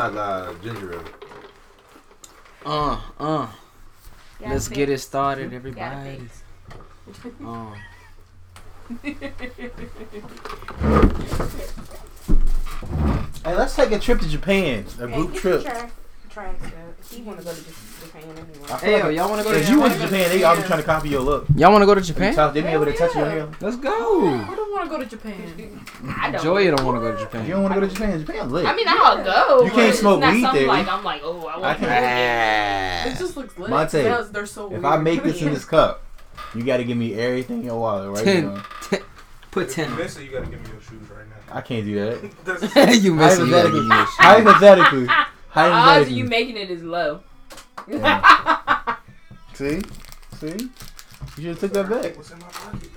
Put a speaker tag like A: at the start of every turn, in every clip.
A: Not live, ginger ale.
B: Uh, uh.
C: Yeah,
B: Let's
C: fix.
B: get it started,
C: Yeah,
B: everybody.
C: fix.
B: Um,
D: Hey, let's take a trip to Japan. A
E: Hey,
D: group
E: get
D: trip.
E: your tra- Tracks up. He want to go to J- Japan anyway.
B: hey, yo, y'all want to go to
D: If you went to
B: Japan?
D: Japan, they always trying to copy your look.
B: Y'all want to go to
D: They
B: Japan?
D: talk- They be able to touch your hair.
B: Let's go.
E: I don't want to go to Japan.
C: I don't.
B: Joya don't want to go to
D: If you
B: Japan.
D: don't want to go to Japan, Japan lit.
C: I mean, I'll go.
D: You
C: but
D: can't
C: it's
D: smoke
C: not
D: weed
C: something
D: there.
C: Like I'm like, oh, I
D: I
C: want to.
D: can't.
E: It just looks lit.
D: Monte,
E: They're- they're so
D: If
E: weird.
D: I make this in this cup, you got to give me everything in your wallet right
B: Ten.
D: now.
B: Put
A: If you
B: ten.
A: miss it, you gotta give me your shoes right now.
D: I can't do that.
A: That's-
B: you missing you gotta
D: Hypothetically.
B: give me a shot.
D: hypothetically.
C: Odds of you
D: Hypothetically.
C: making it is low.
D: See? See? You should have took that back.
A: What's in my pocket?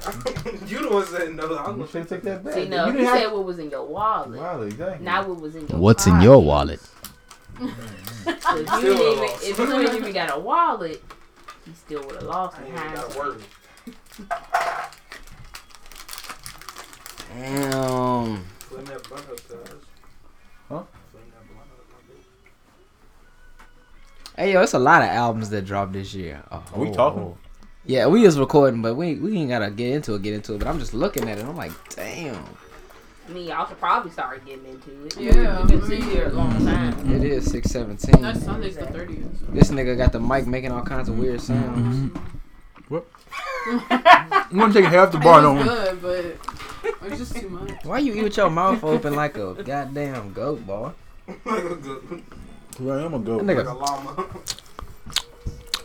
A: you the one said no. I was
D: You
A: gonna
D: should have
A: take
D: took that back.
C: See, no,
D: you
C: you
D: didn't
C: said
D: have
C: what was in your wallet,
D: Wow, exactly.
C: not what was in your.
F: What's in
C: pocket.
F: your wallet?
C: So If you
A: Still
C: didn't even,
A: lost.
C: if you didn't even got a wallet, you still would have lost.
A: I
C: in
A: ain't even
C: hindsight.
A: gotta worry.
B: Damn.
A: Flame that blunt up, cuz.
D: Huh?
A: Flame that blunt up, my bitch.
B: Hey, yo, it's a lot of albums that dropped this year. Oh,
D: Are we talking?
B: Yeah, we is recording, but we we ain't gotta get into it, get into it. But I'm just looking at it. I'm like, damn,
C: I mean, y'all should probably start getting into it.
E: Yeah,
C: We've been
E: I
C: sitting
E: mean-
C: here a
D: Mm-hmm.
C: long time.
B: it is six seventeen.
E: That's Sunday's the 30th. so-
B: This nigga got the mic making all kinds of weird sounds.
D: I'm going to take half the
E: it was good, but it was just too much.
B: Why you eat with your mouth open like a goddamn goat, boy?
A: Like a good-
D: Right, I'm going
B: That
D: to
B: nigga-
A: like a llama.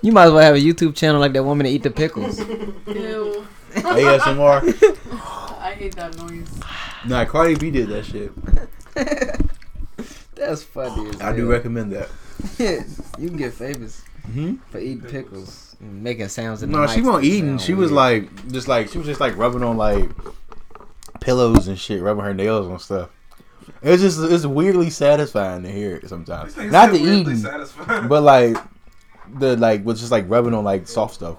B: You might as well have a YouTube channel like that woman that eat the pickles.
E: Ew,
D: go. ASMR.
E: I hate that noise.
D: Nah, Cardi B did that shit.
B: That's funny. As
D: I do
B: hell.
D: recommend that.
B: you can get famous
D: hmm
B: for eating pickles, and making sounds. in the
D: No, she
B: mics
D: wasn't
B: that
D: eating.
B: sound
D: She was
B: weird.
D: like, just like she was just like rubbing on like pillows and shit, rubbing her nails on stuff. It's just it's weirdly satisfying to hear it
A: This
D: sometimes.
A: nigga
D: Not the
A: said weirdly
D: eating,
A: satisfying.
D: but like the like was just like rubbing on like soft stuff.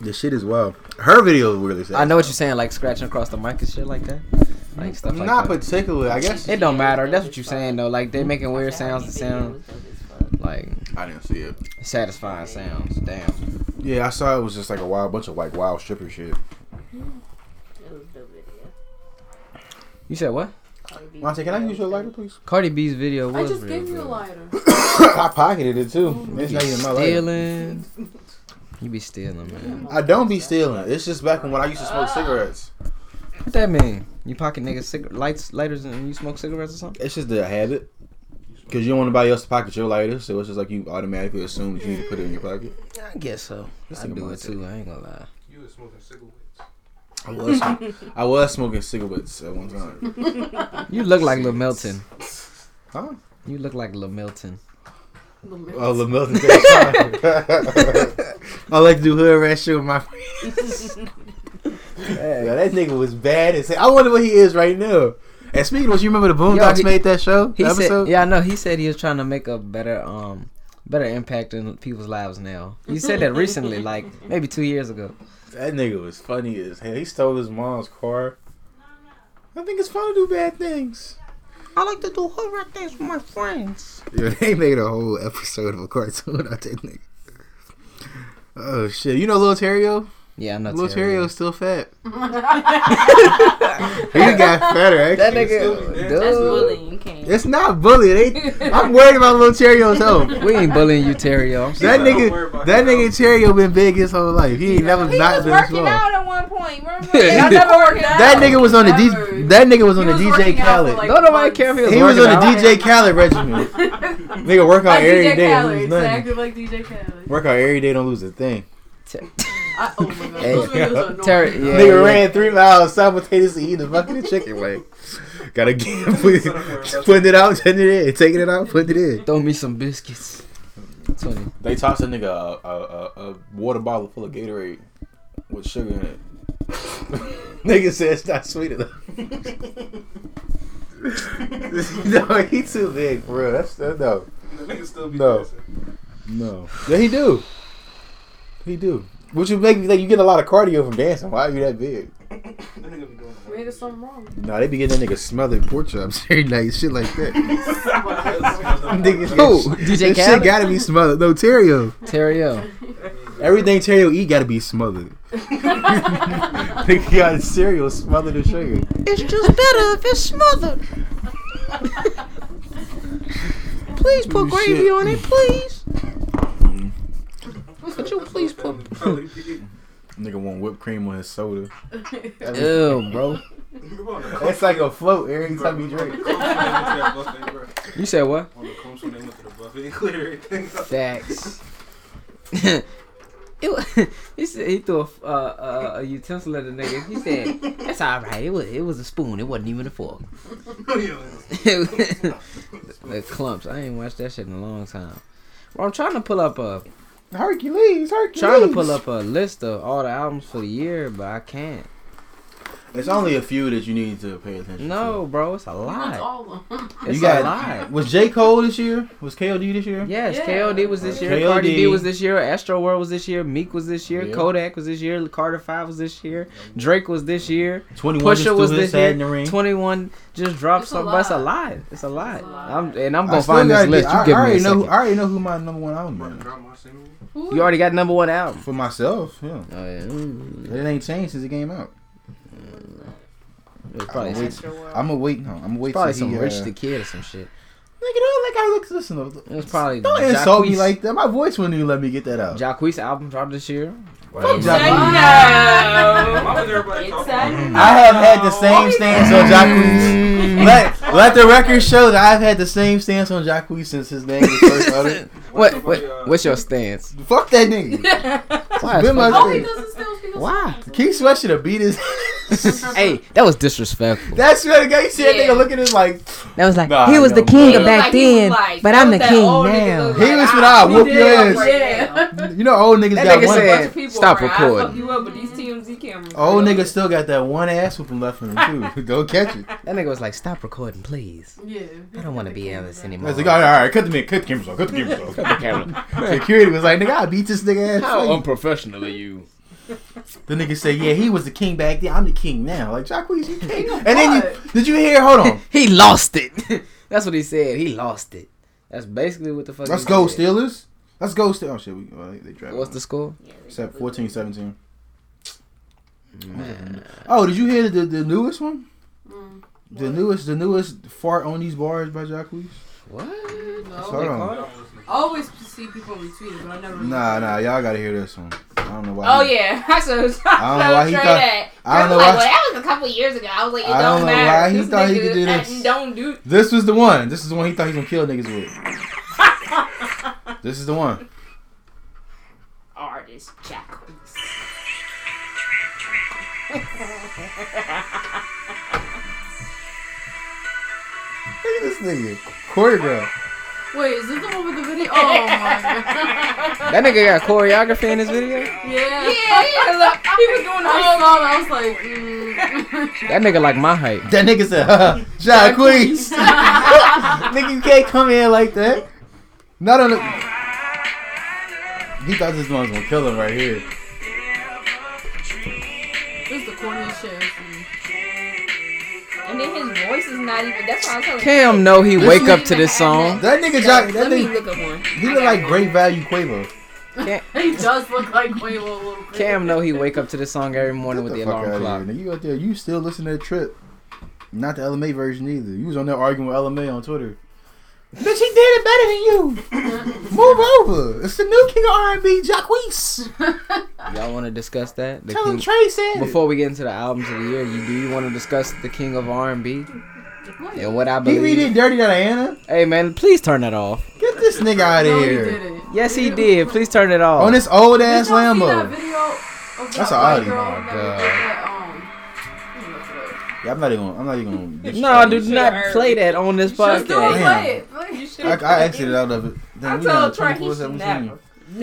D: the shit is wild. Her video is weirdly satisfying.
B: I know what you're saying, like scratching across the mic and shit like that, like stuff like
D: Not
B: that.
D: particularly. I guess
B: it don't matter. That's what you're saying though. Like they making weird sounds that sound like
D: I didn't see it.
B: satisfying sounds. Damn.
D: Yeah, I saw it was just like a wild bunch of like wild stripper shit.
B: You said what?
D: Monte, can I use your lighter, please?
B: Cardi B's video
E: I
B: was
E: just
B: real
E: gave you a
B: good.
E: lighter.
D: I pocketed it too. It's
B: You
D: not
B: be
D: even my lighter.
B: stealing. You be stealing, man.
D: I don't be stealing. It's just back when, when I used to smoke cigarettes.
B: What that mean? You pocket niggas cig- lights, lighters, and you smoke cigarettes or something?
D: It's just a habit. Because you don't want nobody else to pocket your lighter, so it's just like you automatically assume that you need to put it in your pocket.
B: I guess so. I do it too. I ain't gonna lie.
A: You was smoking cigarettes.
D: I was, I was smoking cigarettes at one time.
B: You look like Lil Milton.
D: Huh?
B: You look like Lil Milton.
E: The
B: Uh,
D: Oh, the Milton. I like to do hood rat shit with my friends. Yeah, that nigga was bad as hell. I wonder what he is right now. And speaking of which, you remember the Boondocks
B: he-
D: made that show?
B: He
D: the episode?
B: said, "Yeah, I know." He said he was trying to make a better, um, better impact in people's lives now. He said that recently, like maybe two years ago.
D: That nigga was funny as hell. He stole his mom's car. I think it's fun to do bad things.
B: I like to do horror things with my friends.
D: Yeah, they made a whole episode of a cartoon out that nigga. Oh shit! You know Lil Terrio?
B: Yeah, I know.
D: Lil
B: Terrio.
D: Terrio's still fat. he got fatter. Actually.
B: That
A: Still
B: nigga,
A: be dead.
C: That's
B: dude.
C: bullying, you can't.
D: It's not bully. They, I'm worried about Lil Terrio's health.
B: We ain't bullying you, Terrio. I'm
D: That
B: sorry.
A: Don't worry
D: nigga,
A: about
D: that
A: him.
D: nigga Terrio been big his whole life. He ain't never
C: He
D: not
C: was
D: been
C: working
D: small.
C: out at one point. Remember?
B: Yeah.
C: Y'all never working out.
D: That nigga was on the D,
E: Never.
D: that nigga was on
E: He
D: the
E: was
D: DJ
E: working out for,
D: Khaled.
E: like,
B: No, nobody
E: months.
B: care if he was
D: He was on
B: working
D: the
B: out.
D: DJ Khaled regimen. Nigga work out
E: Like
D: every
E: DJ
D: day. don't
E: Khaled,
D: lose nothing.
E: exactly like DJ Khaled.
D: Work out every day, don't lose a thing.
E: I, oh my god,
B: Hey.
E: those videos are annoying.
B: Terry- yeah.
D: Nigga ran three miles simultaneously eating a bucket of chicken. Like, gotta get putting, putting it out, taking it in, taking it out, putting it in.
B: Throw me some biscuits. Tony.
D: They tossed a nigga a, a, a, a water bottle full of Gatorade with sugar in it. nigga said it's not sweet enough. no, he too big for real. That's that, no,
A: The nigga still be
D: No.
A: dancing.
D: no. Yeah, he do. He do. Which would make me think you get a lot of cardio from dancing. Why are you that big?
A: That nigga be doing
C: Maybe there's something wrong.
D: Nah, they be getting that nigga smothered pork chops every night, shit like that.
A: Nigga.
D: Nigga,
B: Who?
D: that shit-
B: DJ
D: that shit
B: Khaled?
D: gotta be smothered. No, Terrio.
B: Terrio.
D: Everything Terrio eat gotta be smothered. Nigga got cereal smothered in sugar.
B: It's just better if it's smothered. please
D: put Ooh, gravy shit. on
B: it, please.
A: Could you please put?
D: Nigga want whipped cream on his soda.
B: Ew, bro.
D: That's like a float every time you drink.
B: You said what?
A: On the crumbs when they went to the buffet, clear everything up.
B: Facts. it, wa- he said he threw a, f- uh, uh, a utensil at the nigga. He said, "That's all right. It was it was a spoon. It wasn't even a fork." the clumps. I ain't watched that shit in a long time. Well, I'm trying to pull up a
D: Hercules, Hercules.
B: trying to pull up a list of all the albums for the year, but I can't.
D: It's only a few that you need to pay attention
B: No, bro, it's a lot.
C: All of them.
D: to.
B: It's
D: You
B: a
D: got
B: lot.
D: was J Cole this year? Was KOD this year?
B: Yes,
C: Yeah.
B: KOD was this year.
D: KOD.
B: Cardi B was this year. Astro World was this year. Meek was this year.
D: Yeah.
B: Kodak was this year. Carter Five was this year. Drake was this year.
D: Twenty one
B: Pusha
D: just
B: was
D: threw
B: this
D: his head
B: year.
D: in the ring.
B: Twenty one just dropped
C: It's a
B: some. That's a
C: lot.
B: lot. It's a lot.
C: a lot.
B: I'm, and I'm
D: I
B: gonna
D: still
B: find this
D: gotta
B: list.
D: get-
B: You
D: I,
B: give
D: I
B: me
D: already
B: a
D: know.
B: second.
D: I already know who my number one album is.
A: Who
B: You already got number one album.
D: for myself. Yeah,
B: Oh yeah, Mm.
D: it ain't changed since it came out.
B: It was probably
D: I'll wait.
B: some-
D: I'm gonna wait. No, I'm gonna wait.
B: probably
D: till
B: some
D: he,
B: rich
D: uh,
B: the kid or some shit.
D: Nigga, don't like I look. Listen, though.
B: It was probably
D: don't
B: Jacquees-
D: insult me like that. My voice wouldn't even let me get that out.
B: Jacquees album dropped this year.
D: Fuck
B: Jack-
D: I have had the same stance on Jacquees.
B: Mm.
D: Let, let the record show that I've had the same stance on Jacquees since his name was first uttered.
B: What, what? What's your stance?
D: Fuck that nigga.
B: Why?
D: Been my
C: Oh, he
D: thing.
C: doesn't still speak.
B: Why?
D: Keith Sweat should have beat his.
B: Hey, that was disrespectful.
D: That's what the guy said.
C: Yeah.
D: Nigga looking at him like
F: That was like
D: Nah,
F: he was
D: no,
F: the king
D: but-
F: of back
C: He was
F: then,
C: like-
F: but
C: that
F: I'm
C: was
F: the
C: that
F: king
C: old nigga
F: now.
C: look
D: he
C: like,
D: was
C: I-
D: finna I'll whoop your
C: Yeah.
D: ass. You know old niggas
B: That
D: got
B: nigga
D: one.
B: said-
D: ass-
B: Man, stop
C: I
B: recording.
C: fuck you up with these TMZ cameras.
D: Old niggas still got that one ass whooping left in them too. Don't catch it.
B: That nigga was like, "Stop recording, please.
C: Yeah.
B: I don't want to be in this anymore."
D: That's like, all right, all right, cut the man, cut the cameras off, cut the cameras off, cut the camera. um- Security was like, nigga, I beat this nigga ass. free.
B: unprofessional are you?
D: The nigga said, "Yeah, he was the king back then. I'm the king now." Like Jacquees, you king. And then you did you hear? Hold on,
B: He lost it. That's what he said. He lost it. That's basically what the fuck.
D: let's
B: he
D: go
B: said.
D: Steelers. Let's go Steelers. Oh shit, we well, they, they draft.
B: What's the score?
D: except 14, 17. Oh, did you hear the the newest one?
E: Mm,
D: The newest, the newest fart on these bars by Jacquees.
B: What?
D: Hold on.
E: Always see people retweet, but I never.
D: Nah, nah, y'all gotta hear this one. I don't know why.
C: Oh
D: he-
C: yeah, I so
D: I don't know why he
C: straight
D: thought-
C: at.
D: I don't know
C: was like,
D: why-
C: Well, that was a couple years ago. I was like, it
D: I don't
C: don't,
D: know
C: matter.
D: why he
C: This
D: thought he could
C: nigga
D: do
C: act-
D: this.
C: Don't do.
D: This was the one. This is the one he thought he was gonna kill niggas with. this is the one.
C: Artist Jacquees.
D: Look at this nigga. Choreograph.
E: Wait, is this the one with the video? Oh my god.
B: That nigga got choreography in his video.
E: Yeah.
C: Yeah, yeah. Look, he was doing
E: I
C: all.
E: saw that. I was like, mm.
B: That nigga like my height.
D: That nigga said, uh, Jacquees. nigga, you can't come in like that. Not on the. He thought this one was gonna kill him right here.
E: this is the corniest shit. I've seen.
C: And then his voice is not even. That's why I'm telling
B: Cam know he wake up to this song.
D: That nigga, Jack, that
C: Let me
D: nigga,
C: look up one.
D: he look like great value Quavo.
E: He does look like way old little kid.
B: Cam know he wake up to this song every morning
D: Get
B: with
D: the
B: the
D: fuck
B: alarm
D: outta
B: clock.
D: here, nigga. You out there, you still listen to that trip. Not the LMA version either. You was on there arguing with LMA on Twitter. Bitch, he did it better than you. Move over. It's the new king of R&B, Jacquees.
B: Y'all want to discuss that? The
D: Tell him
B: king-
D: Trey said it.
B: Before we get into the albums of the year, you do you want to discuss the king of R and B and what I
D: he reading
B: believe?
D: Dirty Diana.
B: Hey man, please turn that off.
D: Get this nigga out of
E: No, he
D: here.
E: didn't.
B: Yes, he did. Please turn it off.
D: on this old
E: Did
D: ass
E: y'all see that
D: Lambo.
E: video of that
D: That's a
E: white
D: Audi.
E: girl
D: Oh,
E: that was at
D: God.
E: that, um, let me look it up.
D: Yeah, I'm not even. Gonna, I'm not even. Gonna
B: no, do
C: should've
B: not
C: heard.
B: play that on this
E: Just do it,
B: podcast.
D: Damn.
E: play it, play it.
C: You should.
D: I, I exited out of it.
C: I
D: Damn, we
C: told
D: not
C: Trey he
D: 24/7
C: should
D: team.
C: never. No. You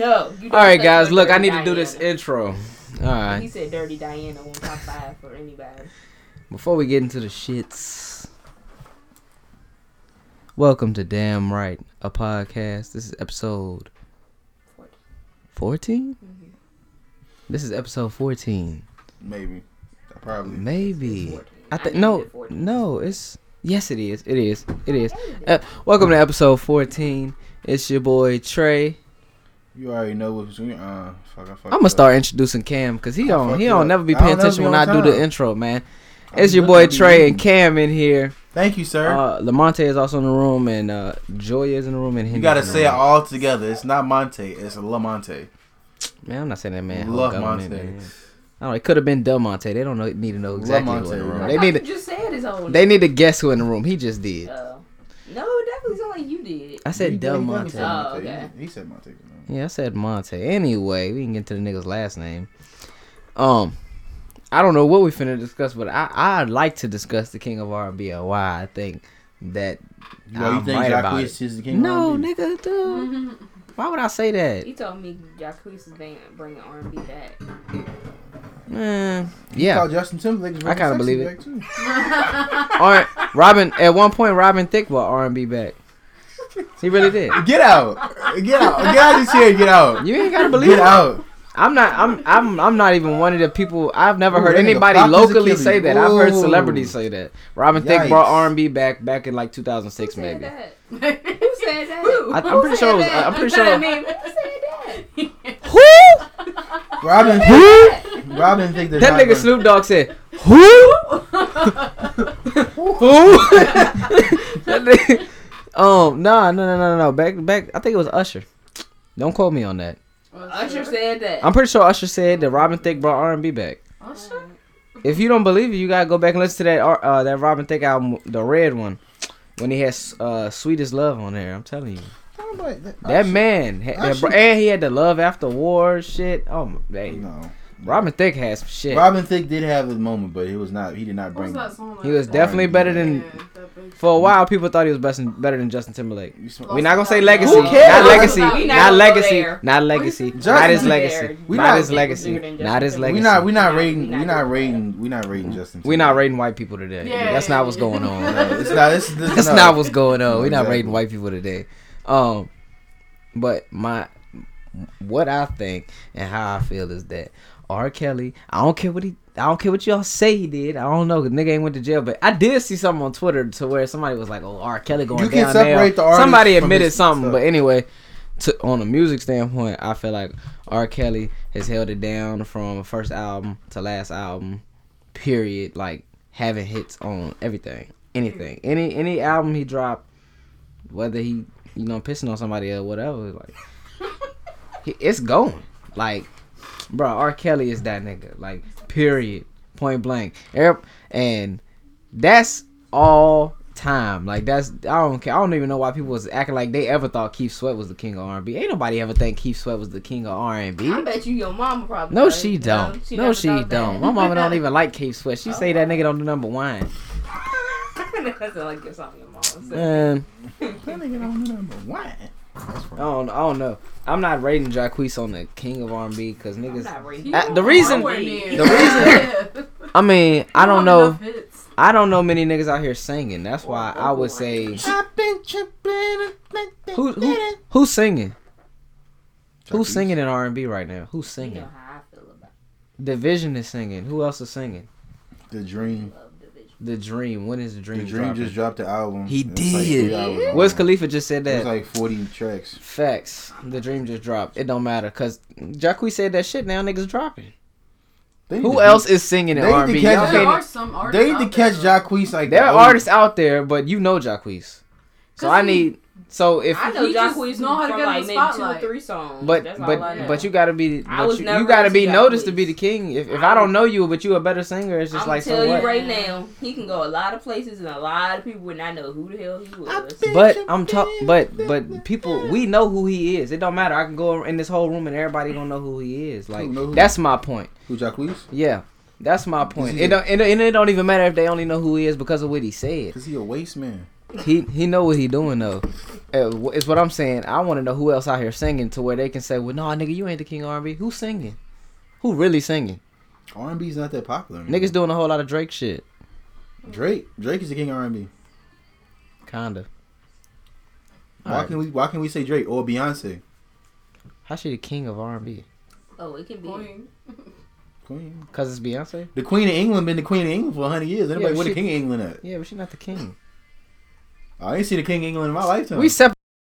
C: don't
B: All right,
C: say
B: guys.
C: no
B: Look, I
C: Dirty
B: need to do this
C: Diana.
B: intro. All
C: He
B: right.
C: said "Dirty Diana" on top five for anybody.
B: Before we get into the shits, welcome to Damn Right, a podcast. This is episode fourteen. This is episode fourteen,
D: Maybe. Probably.
B: maybe. I think
C: need
B: no,
C: to afford it.
B: no. It's yes, it is. It is. It is. Uh, welcome to episode fourteen. It's your boy Trey.
D: You already know what's going on. Fuck, I fucked
B: I'm gonna
D: up.
B: start introducing Cam because he
D: I
B: don't he
D: fucked
B: don't
D: up.
B: never be
D: I don't
B: paying
D: never
B: attention
D: be
B: when I
D: on
B: do the
D: time.
B: intro, man.
D: I'm
B: It's your
D: looking
B: boy
D: at you.
B: Trey and Cam in here.
D: Thank you, sir.
B: Uh, Lamonte is also in the room, and uh, Joy is in the room, and
D: you
B: Henry.
D: gotta
B: is in the
D: say it
B: room.
D: all together. It's not Monte. It's Lamonte.
B: Man, I'm not saying that man.
D: Love
B: Hulk Hogan in
D: Monte.
B: there. I don't. know, It could have been Del Monte. They don't know, need to know
D: Love
B: exactly who
D: Monte,
B: in the room.
D: bro.
B: They
C: I
B: need
C: thought
B: to,
C: you just said his own
B: they
C: name.
B: need to guess who in the room. He just did.
C: Oh. No, it definitely sounded like you did.
B: I
D: He-
B: said Del
D: he- he
B: Monte.
D: said Monte.
C: Oh, okay.
D: He, he said Monte.
B: Yeah, I said Monte. Anyway, we can get to the nigga's last name. Um, I don't know what we finna discuss, but I I'd like to discuss the King of R&B and why I think that.
D: You, know, you
B: I'm
D: think
B: right about
D: Jacquees is the king? of
B: No,
D: R&B?
B: nigga, dude. Why would I say that?
E: You told me Jacquees is bringing- bringing R&B back.
B: Man,
D: You
B: yeah.
D: thought Justin Timberlake's
B: I kinda
D: sexy
B: believe it.
D: back, too.
B: All right, Robin. At one point, Robin Thicke brought R&B back. He really did.
D: Get out! Get out! Get out of this here! Get out!
B: You ain't gotta believe
D: Get
B: it.
D: out!
B: I'm not. I'm. I'm. I'm not even one of the people. I've never
D: Ooh,
B: heard
D: that nigga
B: anybody
D: Pop is a
B: locally
D: killer.
B: say that. I've heard
D: Ooh.
B: celebrities say that. Robin Thicke
D: Yikes.
B: brought R&B back back in like 2006,
E: Who said
B: maybe.
E: that? Who said that?
B: I, I'm pretty sure. It was, I'm pretty sure.
E: I mean, who said that?
B: Who?
D: Robin,
B: Who?
D: Robin think
B: That nigga Snoop Dogg said, "Who? Who?" That nigga- um. Nah. No. No. No. No. no. Back. Back. I think it was Usher. Don't quote me on that.
C: Usher said that.
B: I'm pretty sure Usher said that Robin Thicke brought R&B back.
C: Usher?
B: If you don't believe it, you gotta go back and listen to that ar- uh, that Robin Thicke album, the red one, when he has uh, "Sweetest Love" on there. I'm telling you,
D: Oh,
B: that man, had, that br-
D: Usher-
B: and he had the "Love After War" shit. Oh, my, hey,
D: No.
B: Robin Thicke has some shit.
D: Robin Thicke did have his moment, but he was not. He did not
F: What was
D: bring.
F: that song?
B: he was
F: like?
B: definitely
D: R&B.
B: better
F: Yeah,
B: than.
F: that big-
B: For a while, people thought he was best better than Justin Timberlake.
D: You sm-
B: We're not gonna say legacy,
D: Who cares?
B: not legacy,
C: We not
B: not,
C: gonna go
B: legacy,
C: there.
B: not legacy,
D: Justin
B: not his
D: Timberlake.
B: legacy,
D: We
B: not
D: not-
B: his legacy,
C: Bigger than
B: not his
C: Justin
B: legacy.
D: We
C: Timberlake.
D: not. We not rating.
C: We not
D: We not
C: doing
D: rating. We not rating Justin.
B: We're not
D: Timberlake.
B: rating white people today.
F: Yeah,
B: That's
F: yeah,
B: not what's
F: yeah.
B: going on.
F: rating-
D: No, it's not. This, this,
B: That's
D: no.
B: not what's going on. We're not
D: Exactly.
B: rating white people today. Um, but my what I think and how I feel is that R. Kelly. I don't care what he. I don't care what y'all say he did. I don't know. 'cause nigga ain't went to jail, but I did see something on Twitter to where somebody was like, "Oh, R. Kelly going
D: You can
B: down there."
D: separate the artist
B: Somebody
D: from
B: admitted
D: his
B: something,
D: stuff.
B: but anyway, to, on a music standpoint, I feel like R. Kelly has held it down from first album to last album period, like having hits on everything, anything, any any album he dropped, whether he you know pissing on somebody or whatever, like he- it's going. Like, bro, R. Kelly is that nigga. Like, period, point blank. Ev- And that's all time. Like that's I don't care. I don't even know why people was acting like they ever thought Keith Sweat was the king of R and B. Ain't nobody ever think Keith Sweat was the king of R and B.
C: I bet you your mama probably.
B: No,
C: does.
B: she don't. No,
C: never
B: she
C: thought
B: don't.
C: that.
B: My mama don't even like Keith Sweat. She say that nigga don't do number one.
C: That's not like your song your mama said.
B: Man,
D: That nigga don't do number one.
B: I don't, I don't know. I'm not rating Jacquees on the king of R&B because
C: I'm
B: niggas.
C: not rating
B: Uh,
C: you.
B: the reason-
F: Nowhere near.
B: the reason- I mean, I don't know.
F: Enough hits.
B: I don't know many niggas out here singing. That's why I would say
D: I've been tripping.
B: who who who's singing? Who's singing in R&B right now? Who's
C: You
B: singing?
C: know how I feel about
B: Division is singing. Who else is singing?
D: The
B: Mm.
D: Dream.
C: Love Division.
B: The Dream. When is the Dream?
D: The Dream just dropped the album.
B: He
D: It was like
B: did.
D: three hours long.
B: Where's Khalifa just said
D: It
B: that?
D: was like forty tracks.
B: Facts. The Dream just dropped. It don't matter because Jacquees said that shit. Now niggas dropping.
D: They need
B: Who
D: to-
B: else is singing in
D: They need to
B: R&B?
D: catch
B: Y'all
D: up.
F: There
B: can't-
F: are some artists.
D: They need to
F: out
D: catch
F: there, though.
D: Jacquees like
B: there
D: the
B: are
D: old-
B: artists out there, but you know Jacquees. So I
F: he-
B: need. So if.
C: I know
F: He just
C: Jacquees
F: know how to
C: from
F: get in
C: like
F: the
C: maybe two or
F: spotlight.
C: three songs.
B: But
C: That's
B: but
C: all I know.
B: but you gotta be
C: I
B: but
C: was
B: you,
C: never
B: you gotta be
C: into
B: noticed to
C: Jacquees.
B: be the king. If, if I don't know you, but you a better singer, it's just
C: I'm
B: like so
C: telling
B: what.
C: you right now, he can go a lot of places and a lot of people would not know who the hell he was.
B: But I'm talking. But but people, we know who he is. It don't matter. I can go in this whole room and everybody gonna know who he is. Like
D: Who know who-
B: that's my point.
D: Who Jacquees?
B: Yeah, that's my point.
D: he
B: It
D: a-
B: don't, and, it- and it don't even matter if they only know who he is because of what he said.
D: Cause he a waste man.
B: He he know what he doing though. Uh, wh- It's what I'm saying. I want to know who else out here singing to where they can say, "Well, nah, nigga, you ain't the king of R&B. Who's singing? Who really singing?
D: R and B's not that popular. anymore.
B: Niggas doing a whole lot of Drake shit,
D: Drake. Drake is the king of R and B.
B: kinda.
D: Why
B: Alright.
D: can we why can we say Drake or Beyonce?
B: How she the king of R&B?
C: Oh, it can be.
F: Boing.
D: Queen.
B: Cause it's Beyonce.
D: The Queen of England been the Queen of England for hundred years. Anybody
B: Yeah,
D: where the
B: she-
D: King of England at?
B: Yeah, but she's not the king.
D: I ain't seen the King of England in my lifetime.
B: We separate.